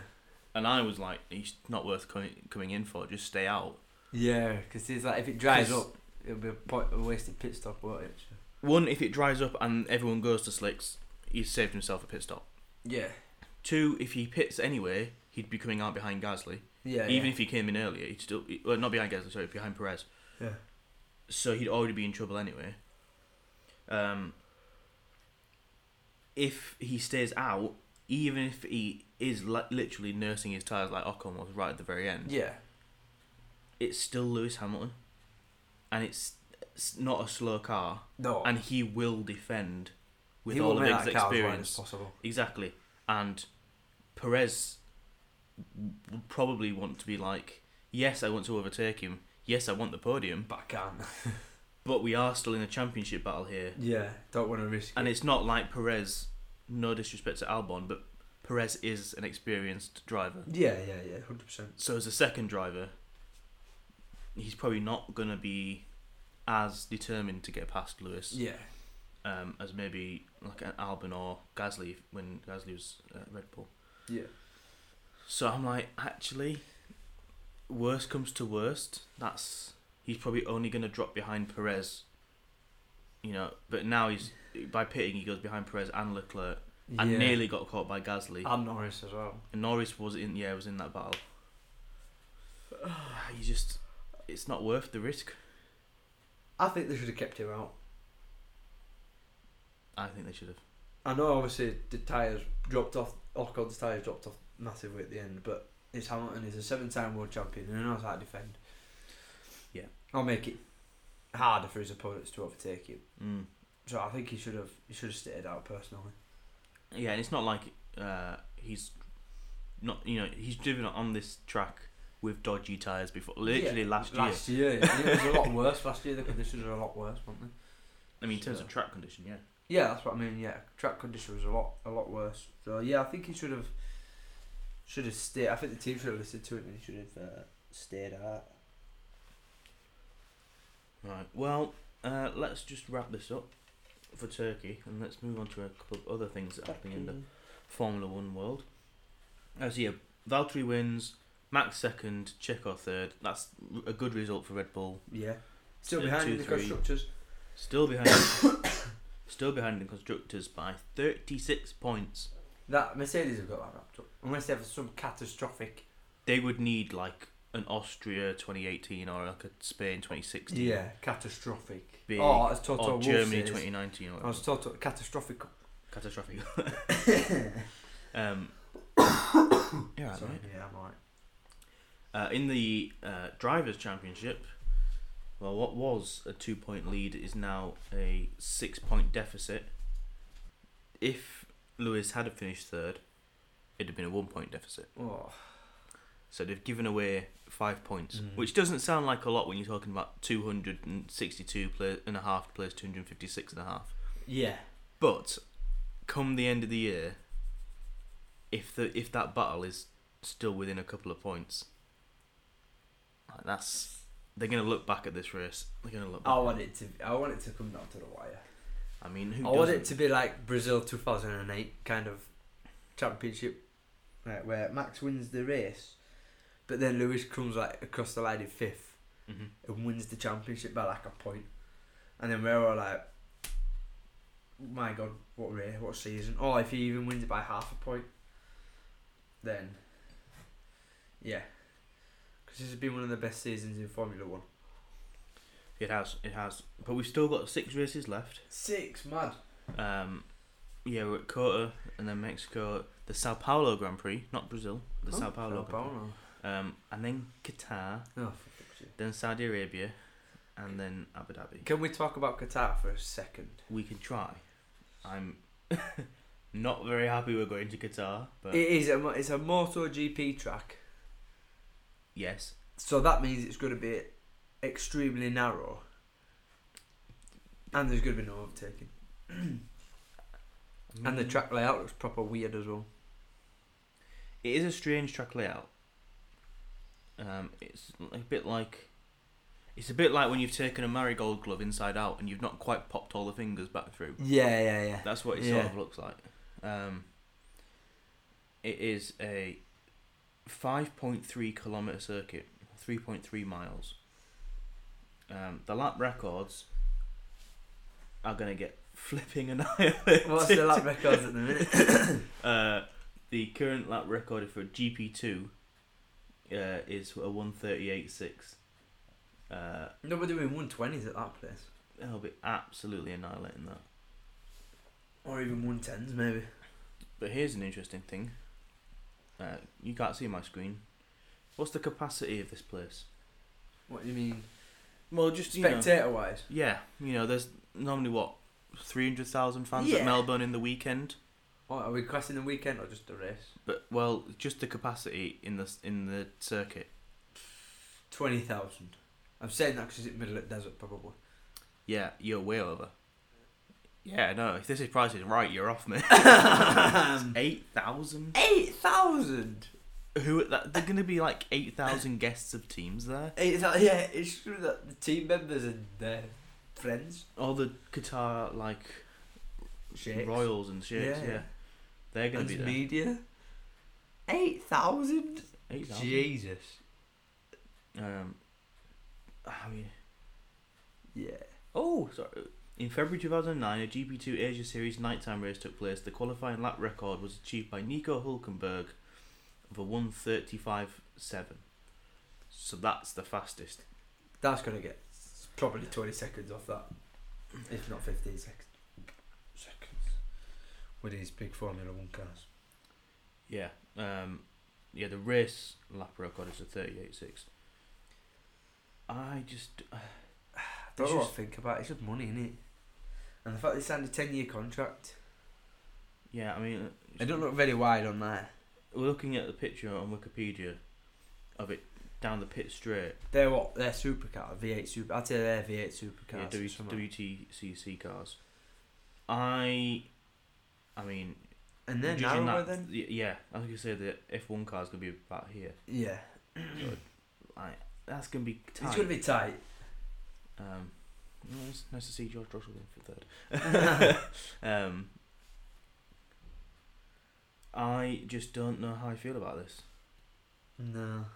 S1: and I was like, he's not worth coming coming in for. Just stay out.
S2: Yeah, because it's like if it dries
S1: 'Cause-
S2: up, it'll be a, point, a wasted pit stop, won't it? So-
S1: One, if it dries up and everyone goes to slicks, he's saved himself a pit stop.
S2: Yeah.
S1: Two, if he pits anyway, he'd be coming out behind Gasly.
S2: Yeah.
S1: Even
S2: yeah.
S1: if he came in earlier, he'd still he- well, not behind Gasly, sorry, behind Perez.
S2: Yeah.
S1: So he'd already be in trouble anyway. Um, if he stays out, even if he is li- literally nursing his tires like Ocon was right at the very end,
S2: Yeah.
S1: it's still Lewis Hamilton, and it's, it's not a slow car,
S2: No.
S1: and he will defend with
S2: he
S1: all
S2: will
S1: of
S2: make
S1: his
S2: that car as wide as
S1: experience.
S2: possible.
S1: Exactly. And Perez would probably want to be like, yes, I want to overtake him. Yes, I want the podium.
S2: But I can.
S1: But we are still in a championship battle here.
S2: Yeah. Don't want to risk
S1: And
S2: it.
S1: it's not like Perez, no disrespect to Albon, but Perez is an experienced driver.
S2: Yeah, yeah, yeah. 100%.
S1: So as a second driver, he's probably not going to be as determined to get past Lewis
S2: Yeah.
S1: um, as maybe like an Albon or Gasly when Gasly was at Red Bull.
S2: Yeah.
S1: So I'm like, actually, worst comes to worst, that's he's probably only gonna drop behind Perez. You know, but now he's by pitting he goes behind Perez and Leclerc, and
S2: yeah. Um,
S1: nearly got caught by Gasly.
S2: And Norris as well.
S1: and Norris was in, yeah, was in that
S2: [sighs]
S1: battle. you just, it's not worth the risk.
S2: I think they should have kept him out.
S1: I think they should have.
S2: I know obviously the tyres dropped off, Ocon's tyres dropped off massively at the end, but it's Hamilton, he's a seven time world champion and he knows how to defend.
S1: Yeah.
S2: I'll make it harder for his opponents to overtake him.
S1: Mm.
S2: So I think he should have he should have stayed out personally.
S1: yeah, and it's not like uh, he's not you know he's driven on this track with dodgy tires before. Literally
S2: Yeah,
S1: last, year.
S2: Last year, yeah. it was a lot worse. Last year, the conditions were a lot worse, weren't they?
S1: I mean, in terms
S2: So-
S1: of track condition, yeah.
S2: Yeah, that's what I mean. Yeah, track condition was a lot, a lot worse. So yeah, I think he should have, should have stayed. I think the team should have listened to it and he should have uh, stayed out.
S1: Right. Well, uh, let's just wrap this up for Turkey, and let's move on to a couple of other things that are happening in the Formula One world. As yeah, Valtteri wins, Max second, Checo third. That's a good result for Red Bull.
S2: Yeah, still
S1: Two,
S2: behind in the
S1: three.
S2: constructors.
S1: Still behind. [coughs] still behind in constructors by thirty six points.
S2: That Mercedes have got that wrapped up. Unless they have some catastrophic.
S1: They would need like an Austria twenty eighteen or like a Spain twenty sixteen.
S2: Yeah, catastrophic.
S1: Big,
S2: or as Toto
S1: Or
S2: Wolff
S1: Germany
S2: says,
S1: twenty nineteen or
S2: Or as
S1: whatever.
S2: Toto catastrophic.
S1: catastrophic.
S2: [laughs]
S1: um, [coughs] yeah, right,
S2: Sorry,
S1: mate.
S2: yeah, I'm right.
S1: Uh, in the uh, drivers' championship, well, what was a two-point lead is now a six-point deficit. If Lewis had have finished third, it'd have been a one-point deficit.
S2: Oh,
S1: So they've given away five points,
S2: Mm.
S1: which doesn't sound like a lot when you're talking about 262 pla- and a half to place 256 and a half.
S2: yeah.
S1: But come the end of the year, if the if that battle is still within a couple of points, like, that's they're gonna look back at this race. They're gonna look. Back
S2: I
S1: at
S2: want
S1: it.
S2: it to. I want it to come down to the wire.
S1: I mean, who
S2: I want it
S1: doesn't?
S2: to be like Brazil 2008 kind of championship, right, where Max wins the race, but then Lewis comes like across the line in fifth
S1: Mhm.
S2: and wins the championship by like a point, and then we're all like, "My God, what race? What season?" Or if he even wins it by half a point, then yeah, because this has been one of the best seasons in Formula One.
S1: It has, it has. But we've still got six races left.
S2: Six, mad.
S1: Um, yeah, we're at Cota and then Mexico, the Sao Paulo Grand Prix, not Brazil, the Sao Paulo. Grand Prix. Um, and then Qatar,
S2: Oh, for fuck's sake.
S1: then Saudi Arabia, and then Abu Dhabi.
S2: Can we talk about Qatar for a second?
S1: we can try. I'm [laughs] not very happy we're going to Qatar, but
S2: It is a mo- it's a MotoGP track,
S1: yes,
S2: so that means it's going to be extremely narrow, and there's going to be no overtaking. And the
S1: Mm.
S2: track layout looks proper weird as well.
S1: It is a strange track layout. Um, it's a bit like it's a bit like when you've taken a marigold glove inside out and you've not quite popped all the fingers back through.
S2: Yeah, yeah, yeah.
S1: That's what it
S2: Yeah.
S1: sort of looks like. Um, it is a 5.3 kilometer circuit, 3.3 miles. Um, the lap records are going to get [laughs] flipping annihilated.
S2: What's the lap records at the minute?
S1: [laughs]
S2: [laughs]
S1: Uh, the current lap record for GP2 uh, is a 138.6. Uh,
S2: Nobody doing one twenties at that place,
S1: they'll be absolutely annihilating that.
S2: or even one tens maybe.
S1: But here's an interesting thing. Uh, you can't see my screen. What's the capacity of this place?
S2: What do you mean?
S1: Well, just
S2: Spectator wise,
S1: yeah, you know, there's normally what three hundred thousand fans
S2: Yeah.
S1: at Melbourne in the weekend.
S2: oh, are we classing the weekend or just the race?
S1: But well, just the capacity in the in the circuit.
S2: Twenty thousand. I'm saying that because it's middle of the desert probably.
S1: Yeah, you're way over. Yeah, no. If this is prices right, you're off, [laughs] mate. eight thousand.
S2: Eight thousand.
S1: Who? That, they're gonna be like eight thousand guests of teams there.
S2: It's like, yeah, it's true that the team members and their friends.
S1: All the Qatar like
S2: Shakes.
S1: royals and shakes. Yeah, they're gonna
S2: And
S1: be there.
S2: media. 8,000?
S1: 8,000.
S2: Jesus.
S1: Um, I mean,
S2: Yeah.
S1: oh, sorry. In February 2009, a GP2 Asia Series nighttime race took place. The qualifying lap record was achieved by Nico Hulkenberg of a 135.7. So that's the fastest.
S2: That's going to get s- probably 20 seconds off that, if not 15 seconds. Seconds. With these big Formula One cars.
S1: Yeah. Um, yeah, the race lap record is a 38.6. I just. It's
S2: That's what I
S1: just-
S2: think about. it. It's just money, innit? And the fact they signed a 10 year contract.
S1: Yeah, I mean,
S2: They don't look very wide on there.
S1: we're looking at the picture on Wikipedia of it down the pit straight.
S2: They're what? They're supercar, V8 super. I'd say they're V8
S1: Yeah,
S2: supercars.
S1: w-
S2: or something.
S1: WTCC cars. I, I mean,
S2: and they're
S1: judging
S2: narrower
S1: that-
S2: then.
S1: y- yeah, I was gonna say the F1 car's gonna be about here.
S2: Yeah,
S1: Like that's gonna be tight.
S2: it's gonna be tight.
S1: Um, well, it's nice to see George Russell in for
S2: [laughs]
S1: third. um, I just don't know how I feel about this.
S2: No.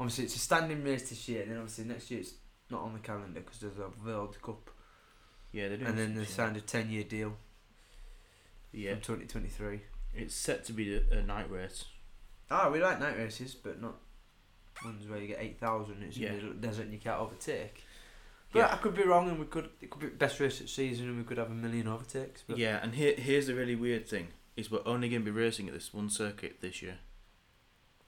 S2: Obviously, it's a standing race this year. Then obviously next year it's not on the calendar because there's a World Cup,
S1: Yeah, they're doing.
S2: and then
S1: some
S2: they
S1: shit.
S2: signed a ten-year deal
S1: Yeah,
S2: from 2023.
S1: it's set to be a, a night race.
S2: Ah, we like night races, but not ones where you get eight thousand. It's
S1: Yeah.
S2: in the little desert and you can't overtake. But
S1: Yeah.
S2: I could be wrong, and we could it could be best race of the season, and we could have a million overtakes. But
S1: Yeah, and here here's the really weird thing is we're only going to be racing at this one circuit this year.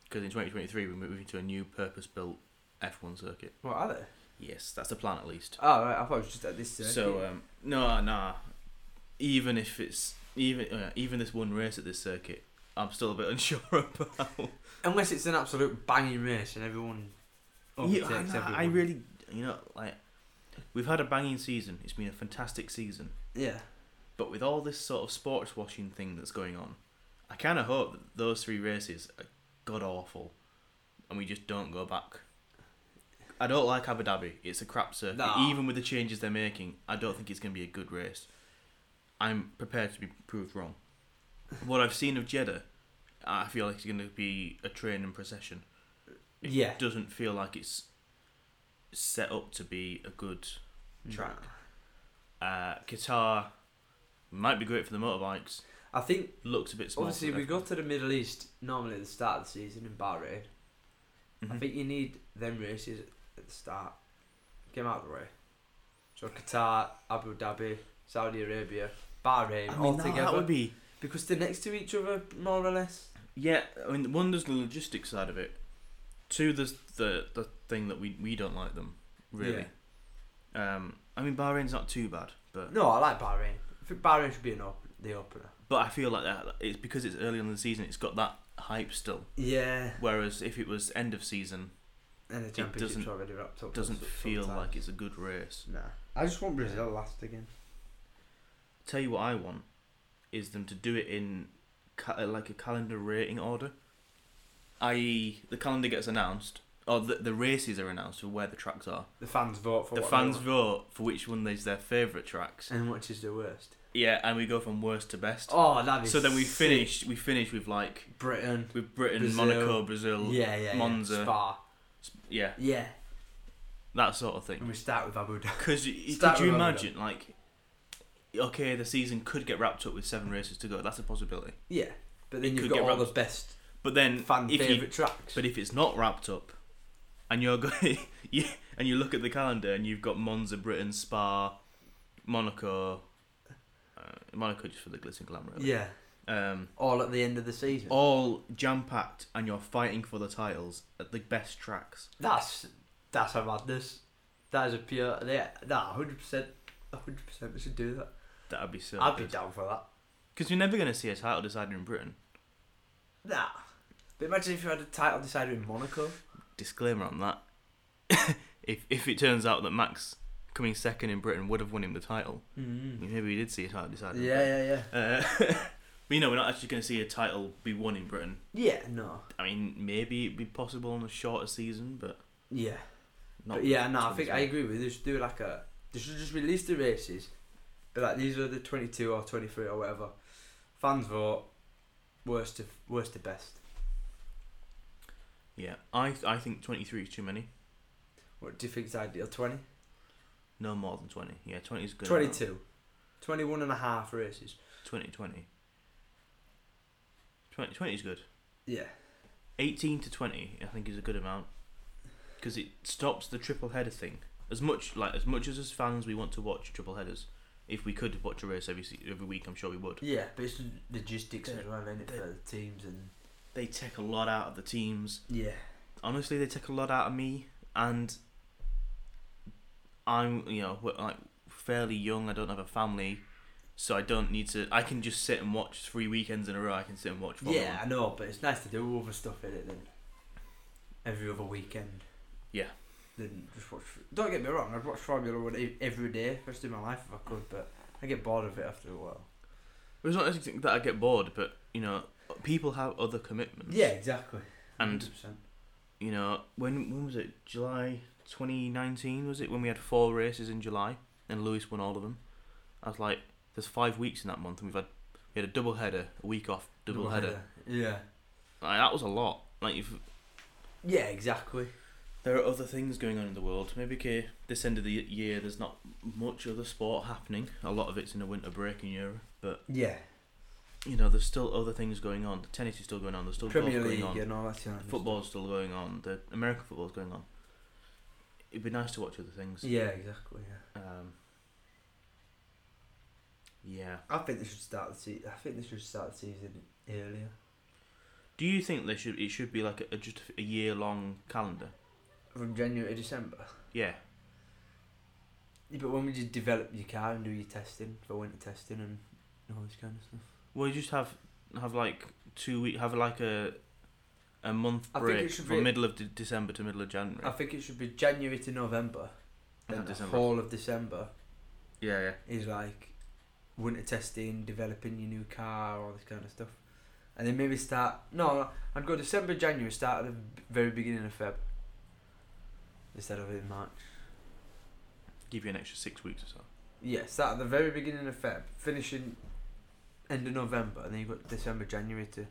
S1: Because in 2023 we're moving to a new purpose-built F1 circuit.
S2: what are they?
S1: Yes, that's the plan at least.
S2: Oh, right, I thought it was just at this circuit.
S1: So um, no, nah. Even if it's even uh, even this one race at this circuit, I'm still a bit [laughs] unsure about.
S2: unless it's an absolute banging race and everyone overtakes
S1: Yeah, I, know,
S2: everyone.
S1: I really, you know, like we've had a banging season. It's been a fantastic season,
S2: yeah.
S1: but with all this sort of sports washing thing that's going on, I kind of hope that those three races are god awful, and we just don't go back. I don't like Abu Dhabi. It's a crap circuit.
S2: Nah.
S1: Even with the changes they're making, I don't think it's going to be a good race. I'm prepared to be proved wrong. What I've seen of Jeddah, I feel like it's going to be a train and procession. It
S2: Yeah.
S1: doesn't feel like it's set up to be a good track. Uh, Qatar might be great for the motorbikes.
S2: I think
S1: Looks a bit small.
S2: obviously
S1: for
S2: we
S1: F1.
S2: go to the Middle East normally at the start of the season in Bahrain. I
S1: Mhm.
S2: think you need them races at the start. Get 'em out of the way. So Qatar, Abu Dhabi, Saudi Arabia, Bahrain,
S1: I
S2: all
S1: mean, that,
S2: together.
S1: that would be
S2: Because they're next to each other, more or less.
S1: Yeah, I mean, one there's the logistics side of it. Two, there's the the thing that we we don't like them really. Um, I mean, Bahrain's not too bad, but
S2: No, I like Bahrain. I think Bahrain should be an open, the opener.
S1: but I feel like that it's because it's early on in the season. It's got that hype still.
S2: Yeah,
S1: Whereas if it was end of season,
S2: and the championship's
S1: doesn't-
S2: already wrapped up.
S1: doesn't
S2: so-
S1: feel
S2: sometimes.
S1: like it's a good race.
S2: Nah, I just want Brazil last again.
S1: Tell you what I want is them to do it in ca- uh, like a calendar rating order, i.e. the calendar gets announced or the the races are announced for where the tracks are.
S2: The fans vote for
S1: the
S2: what
S1: fans
S2: they want.
S1: vote for which one is their favourite tracks.
S2: and which is the worst.
S1: Yeah, and we go from worst to best.
S2: Oh, that is.
S1: so then we
S2: sick.
S1: finish. We finish with like
S2: Britain.
S1: with Britain,
S2: Brazil.
S1: Monaco, Brazil,
S2: Yeah, yeah, yeah.
S1: Monza.
S2: Spa.
S1: sp- yeah,
S2: Yeah,
S1: that sort of
S2: and
S1: thing.
S2: we start with Abu Dhabi.
S1: Because you,
S2: Start
S1: could you
S2: with Abu
S1: imagine like, okay, the season could get wrapped up with seven races to go. That's a possibility.
S2: Yeah, but then
S1: It
S2: you've
S1: could
S2: got
S1: get
S2: all the
S1: wrapped.
S2: best
S1: But then
S2: fan
S1: if
S2: favorite
S1: you,
S2: tracks.
S1: but if it's not wrapped up, and you're [laughs] going, yeah, and you look at the calendar and you've got Monza, Britain, Spa, Monaco. Uh, Monaco just for the glitz and glamour. Really.
S2: yeah,
S1: Um,
S2: all at the end of the season.
S1: all jam packed and you're fighting for the titles at the best tracks.
S2: That's that's a madness. That is a pure. Yeah, nah, hundred percent, hundred percent. We should do that.
S1: That'd be so.
S2: I'd be down for that.
S1: Because you're never going to see a title decided in Britain.
S2: Nah. But imagine if you had a title decider in Monaco.
S1: Disclaimer on that. [laughs] if if it turns out that Max coming second in Britain would have won him the title,
S2: Mm.
S1: maybe we did see a title decided. in
S2: Yeah, yeah, yeah.
S1: Britain. Uh, [laughs] but you know, we're not actually going to see a title be won in Britain.
S2: Yeah, no.
S1: I mean, maybe it'd be possible on a shorter season, but
S2: Yeah.
S1: not.
S2: but yeah, no, I
S1: tons
S2: think
S1: more.
S2: I agree with you. They should do like a. They should just release the races. But like these are the 22 or 23 or whatever. Fans vote. Worst to worst to best.
S1: Yeah, I I think 23 is too many.
S2: What do you think's ideal? 20?
S1: No more than 20. Yeah, 20 is good. enough.
S2: 22. 21 and a half races.
S1: 2020. 20, 20 is good.
S2: Yeah.
S1: 18 to 20, I think, is a good amount because it stops the triple header thing. As much like as much as as fans we want to watch triple headers, if we could watch a race every se- every week, I'm sure we would.
S2: Yeah, but it's logistics
S1: as
S2: as well, isn't
S1: it,
S2: it,
S1: for
S2: for the teams and.
S1: They take a lot out of the teams.
S2: Yeah.
S1: Honestly, they take a lot out of me, and I'm you know we're, like fairly young. I don't have a family. so I don't need to. I can just sit and watch three weekends in a row. I can sit and watch. Formula
S2: Yeah, I
S1: One.
S2: know, but it's nice to do other stuff in it than every other weekend.
S1: Yeah.
S2: Than just watch. Don't get me wrong, I'd watch Formula One e- every day, rest of my life if I could, but I get bored of it after a while.
S1: But It's not anything that I get bored, but you know, people have other commitments.
S2: Yeah, exactly.
S1: And-
S2: 100%.
S1: You know, when when was it? July 2019 was it when we had four races in July and Lewis won all of them. I was like, there's five weeks in that month, and we've had we had a double header, a week off, double header.
S2: Yeah.
S1: Like, that was a lot. Like you've
S2: Yeah, exactly.
S1: there are other things going on in the world. Maybe okay, this end of the year, there's not much other sport happening. A lot of it's in a winter break in Europe, but
S2: Yeah.
S1: you know, there's still other things going on. The tennis is still going on. There's still
S2: Premier
S1: golf
S2: League
S1: going on.
S2: and all that kind of
S1: Football's still going on. The American football's going on. It'd be nice to watch other things.
S2: stuff. Yeah, exactly. Yeah.
S1: Um, yeah.
S2: I think they should start the season. I think they should start the season earlier.
S1: Do you think they should? It should be like a, a just a year long calendar.
S2: From January to December.
S1: Yeah.
S2: Yeah, but when would you develop your car and do your testing for winter testing and all this kind of stuff?
S1: Well, you just have have like two week have like a a month
S2: I think it
S1: break
S2: should
S1: from
S2: be-
S1: middle of de- December to middle of January.
S2: I think it should be January to November.
S1: And
S2: Then
S1: December.
S2: The whole of December
S1: yeah, yeah.
S2: is like winter testing, developing your new car, all this kind of stuff. And then maybe start. No, no, I'd go December, January, start at the very beginning of Feb. Instead of in March.
S1: Give you an extra six weeks or so.
S2: Yeah, start at the very beginning of Feb, finishing end of November, and then you've got December, January to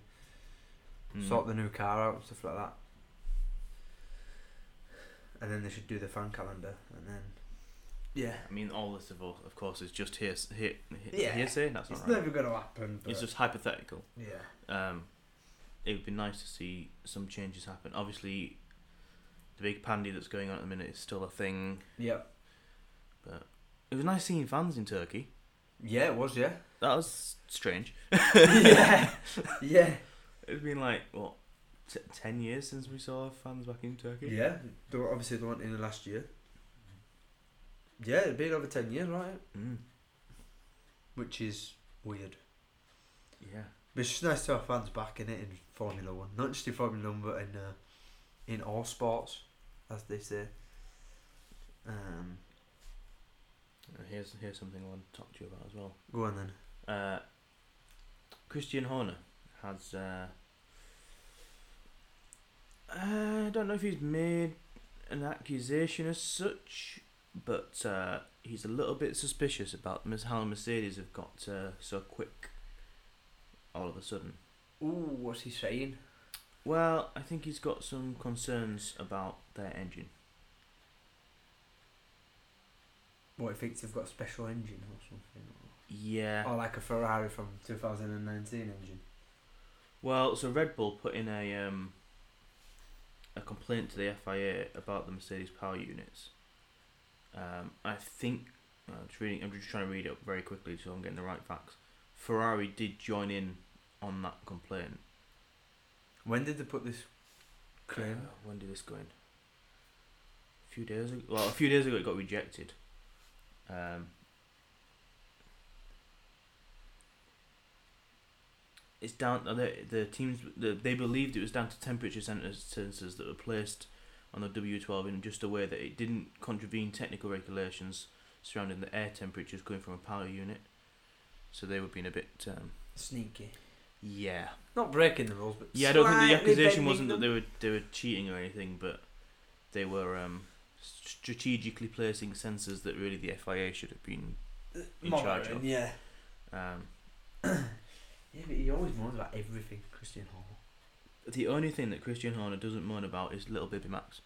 S1: Mm.
S2: sort the new car out and stuff like that. And then they should do the fan calendar, and then yeah,
S1: I mean, all this of, all- of course is just hears, hear, hear,
S2: Yeah.
S1: hearsay. That's
S2: it's
S1: not right.
S2: never gonna happen. But
S1: It's just hypothetical.
S2: yeah,
S1: Um, it would be nice to see some changes happen. Obviously, the big pandy that's going on at the minute is still a thing.
S2: yep,
S1: It was nice seeing fans in Turkey.
S2: yeah, it was yeah,
S1: [laughs] That was strange.
S2: yeah, yeah,
S1: It's been like what t- ten years since we saw fans back in Turkey.
S2: yeah. They were obviously the one in the last year. Yeah, it'd been over ten years, right?
S1: Mm.
S2: Which is weird.
S1: Yeah.
S2: But it's just nice to have fans back in it in Formula One, not just in Formula One, but in uh, in all sports, as they say. Um,
S1: Uh, Here's here's something I want to talk to you about as well.
S2: go on then.
S1: Uh, Christian Horner has. Uh, I don't know if he's made an accusation as such, but uh, he's a little bit suspicious about Ms. how Mercedes have got uh, so quick all of a sudden.
S2: Ooh, what's he saying?
S1: Well, I think he's got some concerns about their engine.
S2: What he thinks they've got a special engine or something, or,
S1: Yeah.
S2: or like a Ferrari from 2019 engine.
S1: Well, so Red Bull put in a um, a complaint to the FIA about the Mercedes power units. Um, I think I'm just reading. I'm just trying to read it up very quickly so I'm getting the right facts. Ferrari did join in on that complaint.
S2: When did they put this claim?
S1: Uh, when did this go in? A few days ago. Well, a few days ago it got rejected. Um, it's down. uh, The, the teams the, they believed it was down to temperature sensors, sensors that were placed on the W12 in just a way that it didn't contravene technical regulations surrounding the air temperatures coming from a power unit. So they were being a bit. Um,
S2: Sneaky.
S1: yeah.
S2: Not breaking the rules, but
S1: Yeah, I don't think the
S2: slightly
S1: accusation
S2: bending
S1: wasn't that
S2: them.
S1: they were they were cheating or anything, but they were um, strategically placing sensors that really the FIA should have been. in charge
S2: Monitoring,
S1: of.
S2: Yeah.
S1: Um,
S2: Yeah, but he always moans about everything, Christian Hall.
S1: the only thing that Christian Horner doesn't moan about is little baby Max.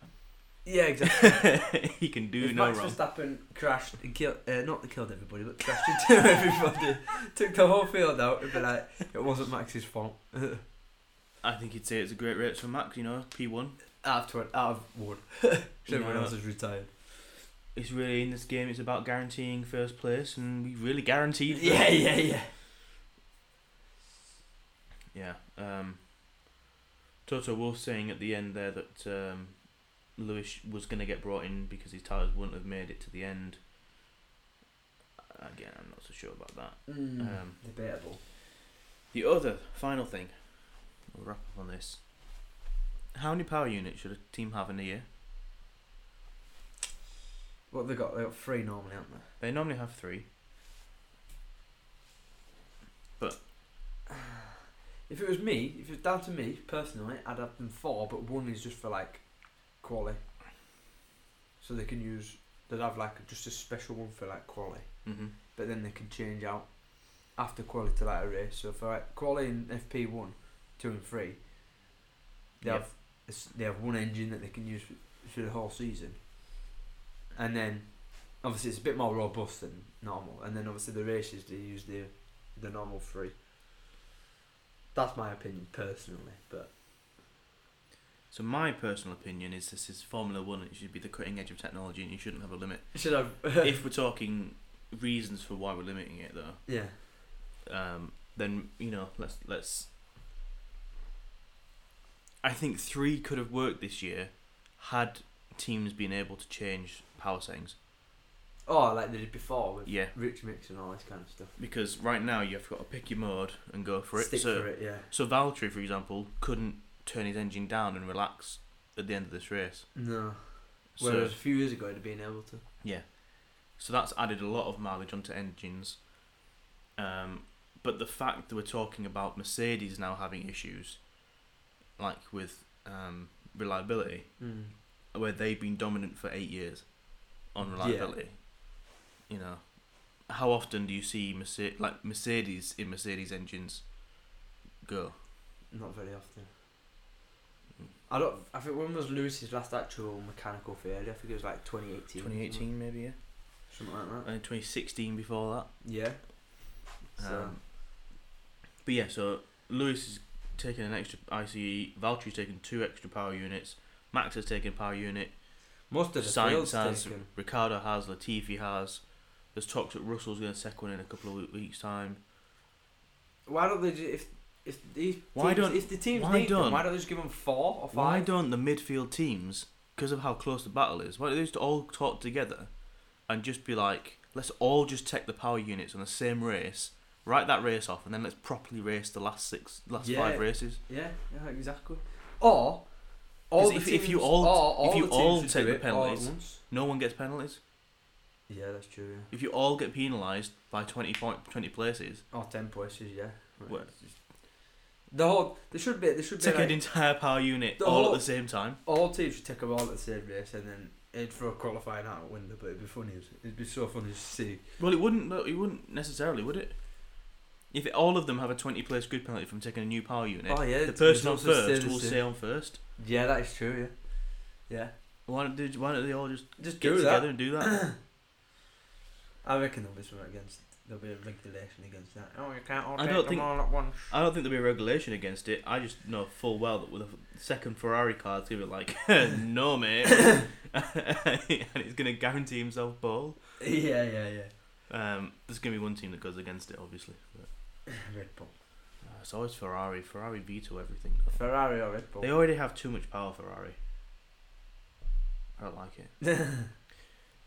S2: Yeah, exactly.
S1: [laughs] he can do
S2: if
S1: no
S2: Max
S1: wrong.
S2: Verstappen crashed and killed, uh, not killed everybody, but crashed into [laughs] everybody, took the whole field out, and be like, it wasn't Max's fault. out
S1: I think he'd say it's a great race for Max. You know, P one.
S2: of twen- out of one. So everyone
S1: No.
S2: else is retired.
S1: It's really in this game. It's about guaranteeing first place, and we really guaranteed.
S2: Yeah, yeah, yeah.
S1: Yeah. Um, Toto Wolff saying at the end there that um, Lewis was going to get brought in because his tyres wouldn't have made it to the end. again, I'm not so sure about that.
S2: Mm,
S1: Um,
S2: debatable.
S1: The other final thing, we'll wrap up on this. How many power units should a team have in a year?
S2: What have they got? They got three normally, aren't they?
S1: They normally have three.
S2: If it was me, if it was down to me personally, I'd have them four, but one is just for like quali. So they can use. They'd have like just a special one for like quali,
S1: Mm-hmm.
S2: but then they can change out after quali to like a race. So for like quali in FP one, two and three, they
S1: Yep.
S2: have it's- they have one engine that they can use for, for the whole season, and then obviously it's a bit more robust than normal. And then obviously the races they use the the normal three. That's my opinion personally, but
S1: So my personal opinion is this is Formula One. It should be the cutting edge of technology, and you shouldn't have a [laughs] limit.
S2: should [laughs] have
S1: if we're talking reasons for why we're limiting it, though,
S2: yeah
S1: um, then you know let's let's. I think three could have worked this year, had teams been able to change power settings.
S2: oh like they did before with
S1: Yeah,
S2: rich mix and all this kind of stuff.
S1: because right now you've got to pick your mode and go for it.
S2: Stick
S1: so
S2: for it, yeah.
S1: so Valtteri, for example, couldn't turn his engine down and relax at the end of this race.
S2: No,
S1: So
S2: whereas a few years ago they'd been able to.
S1: Yeah. So that's added a lot of mileage onto engines. Um, but the fact that we're talking about Mercedes now having issues, like with um, reliability,
S2: Mm.
S1: where they've been dominant for eight years on
S2: Yeah.
S1: reliability, you know, how often do you see Mercedes, like Mercedes in Mercedes engines go?
S2: Not very often.
S1: Mm.
S2: I don't. I think when was Lewis's last actual mechanical failure? I think it was like 2018.
S1: 2018 maybe, yeah.
S2: Something like that.
S1: And 2016 Uh, before that.
S2: Yeah. So,
S1: Um, but yeah, so Lewis is taking an extra ICE, Valtteri's taking two extra power units, Max has taken a power unit,
S2: most of the
S1: Science
S2: field's
S1: has,
S2: taken.
S1: Ricardo has, Latifi has. There's talks that Russell's going to take one in a couple of we- weeks' time.
S2: Why don't they? ju- If if these
S1: Why
S2: teams,
S1: don't-
S2: if the teams
S1: why
S2: need them,
S1: don't-
S2: why don't they just give them four or five?
S1: Why don't the midfield teams, because of how close the battle is, why don't they just all talk together and just be like, let's all just take the power units on the same race, write that race off, and then let's properly race the last six, last
S2: Yeah.
S1: five races.
S2: Yeah, yeah, exactly. Or all
S1: 'Cause
S2: the
S1: if-
S2: teams,
S1: if you all-
S2: or all
S1: if you
S2: the teams
S1: all
S2: should
S1: take
S2: do
S1: the
S2: it all at
S1: penalties.
S2: once.
S1: No one gets penalties.
S2: Yeah, that's true. Yeah.
S1: If you all get penalised by 20, point, 20 places,
S2: Or Oh, ten places, yeah. Right.
S1: What?
S2: The whole there should be there should be
S1: take an
S2: like,
S1: entire power unit
S2: The
S1: all
S2: whole-
S1: at the same time.
S2: all teams should take them all at the same race and then it for a qualifying out of window, but it'd be funny. as- It'd be so funny to see.
S1: Well, it wouldn't. no, It wouldn't necessarily, would it? If it- all of them have a twenty-place grid penalty from taking a new power unit,
S2: Oh yeah,
S1: the
S2: it's
S1: person on
S2: also still
S1: first
S2: the
S1: will
S2: same.
S1: stay on first.
S2: Yeah, that is true. Yeah, yeah.
S1: Why don't, they- why don't they all just
S2: Just
S1: get
S2: do
S1: together
S2: that.
S1: and do
S2: [clears throat]
S1: that?
S2: I reckon there'll be something against. There'll be a regulation against that. Oh, you can't all
S1: I
S2: take
S1: don't
S2: them
S1: think-
S2: all at once.
S1: I don't think there'll be a regulation against it. I just know full well that with a second Ferrari car, it's gonna be like, [laughs] no
S2: [laughs]
S1: mate, [laughs] and he's gonna guarantee himself ball.
S2: yeah, yeah, yeah. [coughs]
S1: Um, there's gonna be one team that goes against it, obviously. But,
S2: Red Bull,
S1: uh, it's always Ferrari. Ferrari veto everything. Though.
S2: Ferrari or Red Bull.
S1: They already have too much power, Ferrari. I don't like it.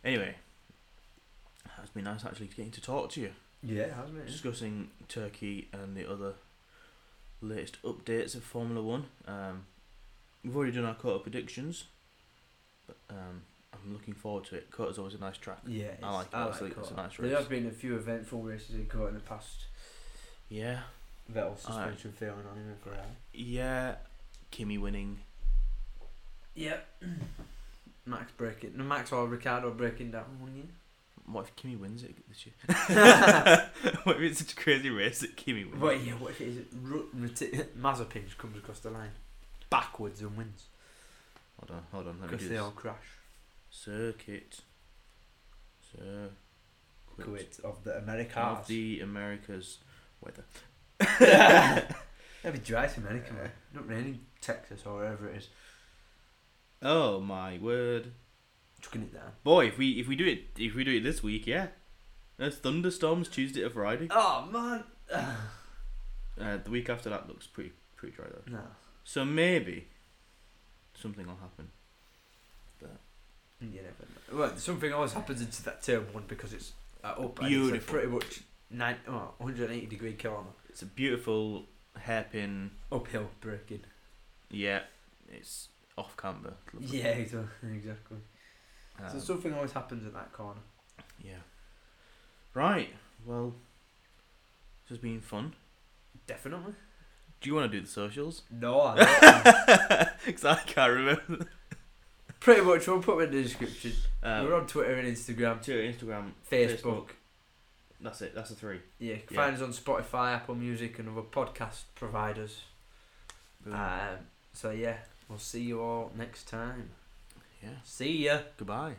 S1: Anyway, it's been nice actually getting to talk to you,
S2: [laughs] yeah, hasn't it?
S1: discussing Turkey and the other latest updates of Formula One. Um, we've already done our Kota predictions, but um, I'm looking forward to it. Kota's always a nice track.
S2: Yeah, it's,
S1: I like it.
S2: I
S1: It's
S2: like
S1: a- it's a
S2: Cota.
S1: nice
S2: There
S1: race.
S2: have been a few eventful races in Cota in the past.
S1: Yeah,
S2: Vettel
S1: Alright.
S2: suspension failing on him in Ferrari.
S1: yeah. Kimi winning.
S2: Yep. [clears throat] Max breaking. No, Max or Ricardo breaking down one year.
S1: What if Kimi wins it this
S2: [laughs]
S1: year? [laughs] what if it's such a crazy race that Kimi wins?
S2: What, yeah, what if it is? Ru- Mati- [laughs] Mazepin just comes across the line backwards and wins
S1: Hold on, hold on. Let me
S2: because
S1: do
S2: they
S1: this.
S2: all crash.
S1: Circuit. Circuit.
S2: Quit of the Americas.
S1: Of the Americas weather.
S2: [laughs] That'd be dry to America, man. Not raining Texas or wherever it is.
S1: Oh my word,
S2: Chucking it down.
S1: boy! If we if we do it if we do it this week, yeah, there's thunderstorms Tuesday to Friday.
S2: Oh [sighs] man.
S1: Uh, the week after that looks pretty pretty dry though.
S2: no.
S1: So maybe something will happen.
S2: You never know. Well, something always happens into that term one because it's uh, up. and it's a
S1: Beautiful.
S2: pretty much nine, oh, well, 180 degree corner.
S1: It's a beautiful hairpin.
S2: Uphill braking.
S1: Yeah, it's off camber. Lovely.
S2: Yeah, exactly. exactly. so
S1: Um,
S2: something always happens at that corner.
S1: yeah. Right. Well, this has been fun.
S2: Definitely.
S1: Do you want to do the socials?
S2: No, I
S1: [laughs] Because I can't remember.
S2: Pretty much, we'll put them in the description.
S1: Um,
S2: We're on Twitter and Instagram,
S1: to Instagram,
S2: Uh, Facebook.
S1: That's it. That's a three.
S2: Yeah, you can
S1: Yeah.
S2: find us on Spotify, Apple Music, and other podcast providers.
S1: uh,
S2: Um, so yeah, we'll see you all next time.
S1: yeah.
S2: See ya.
S1: Goodbye.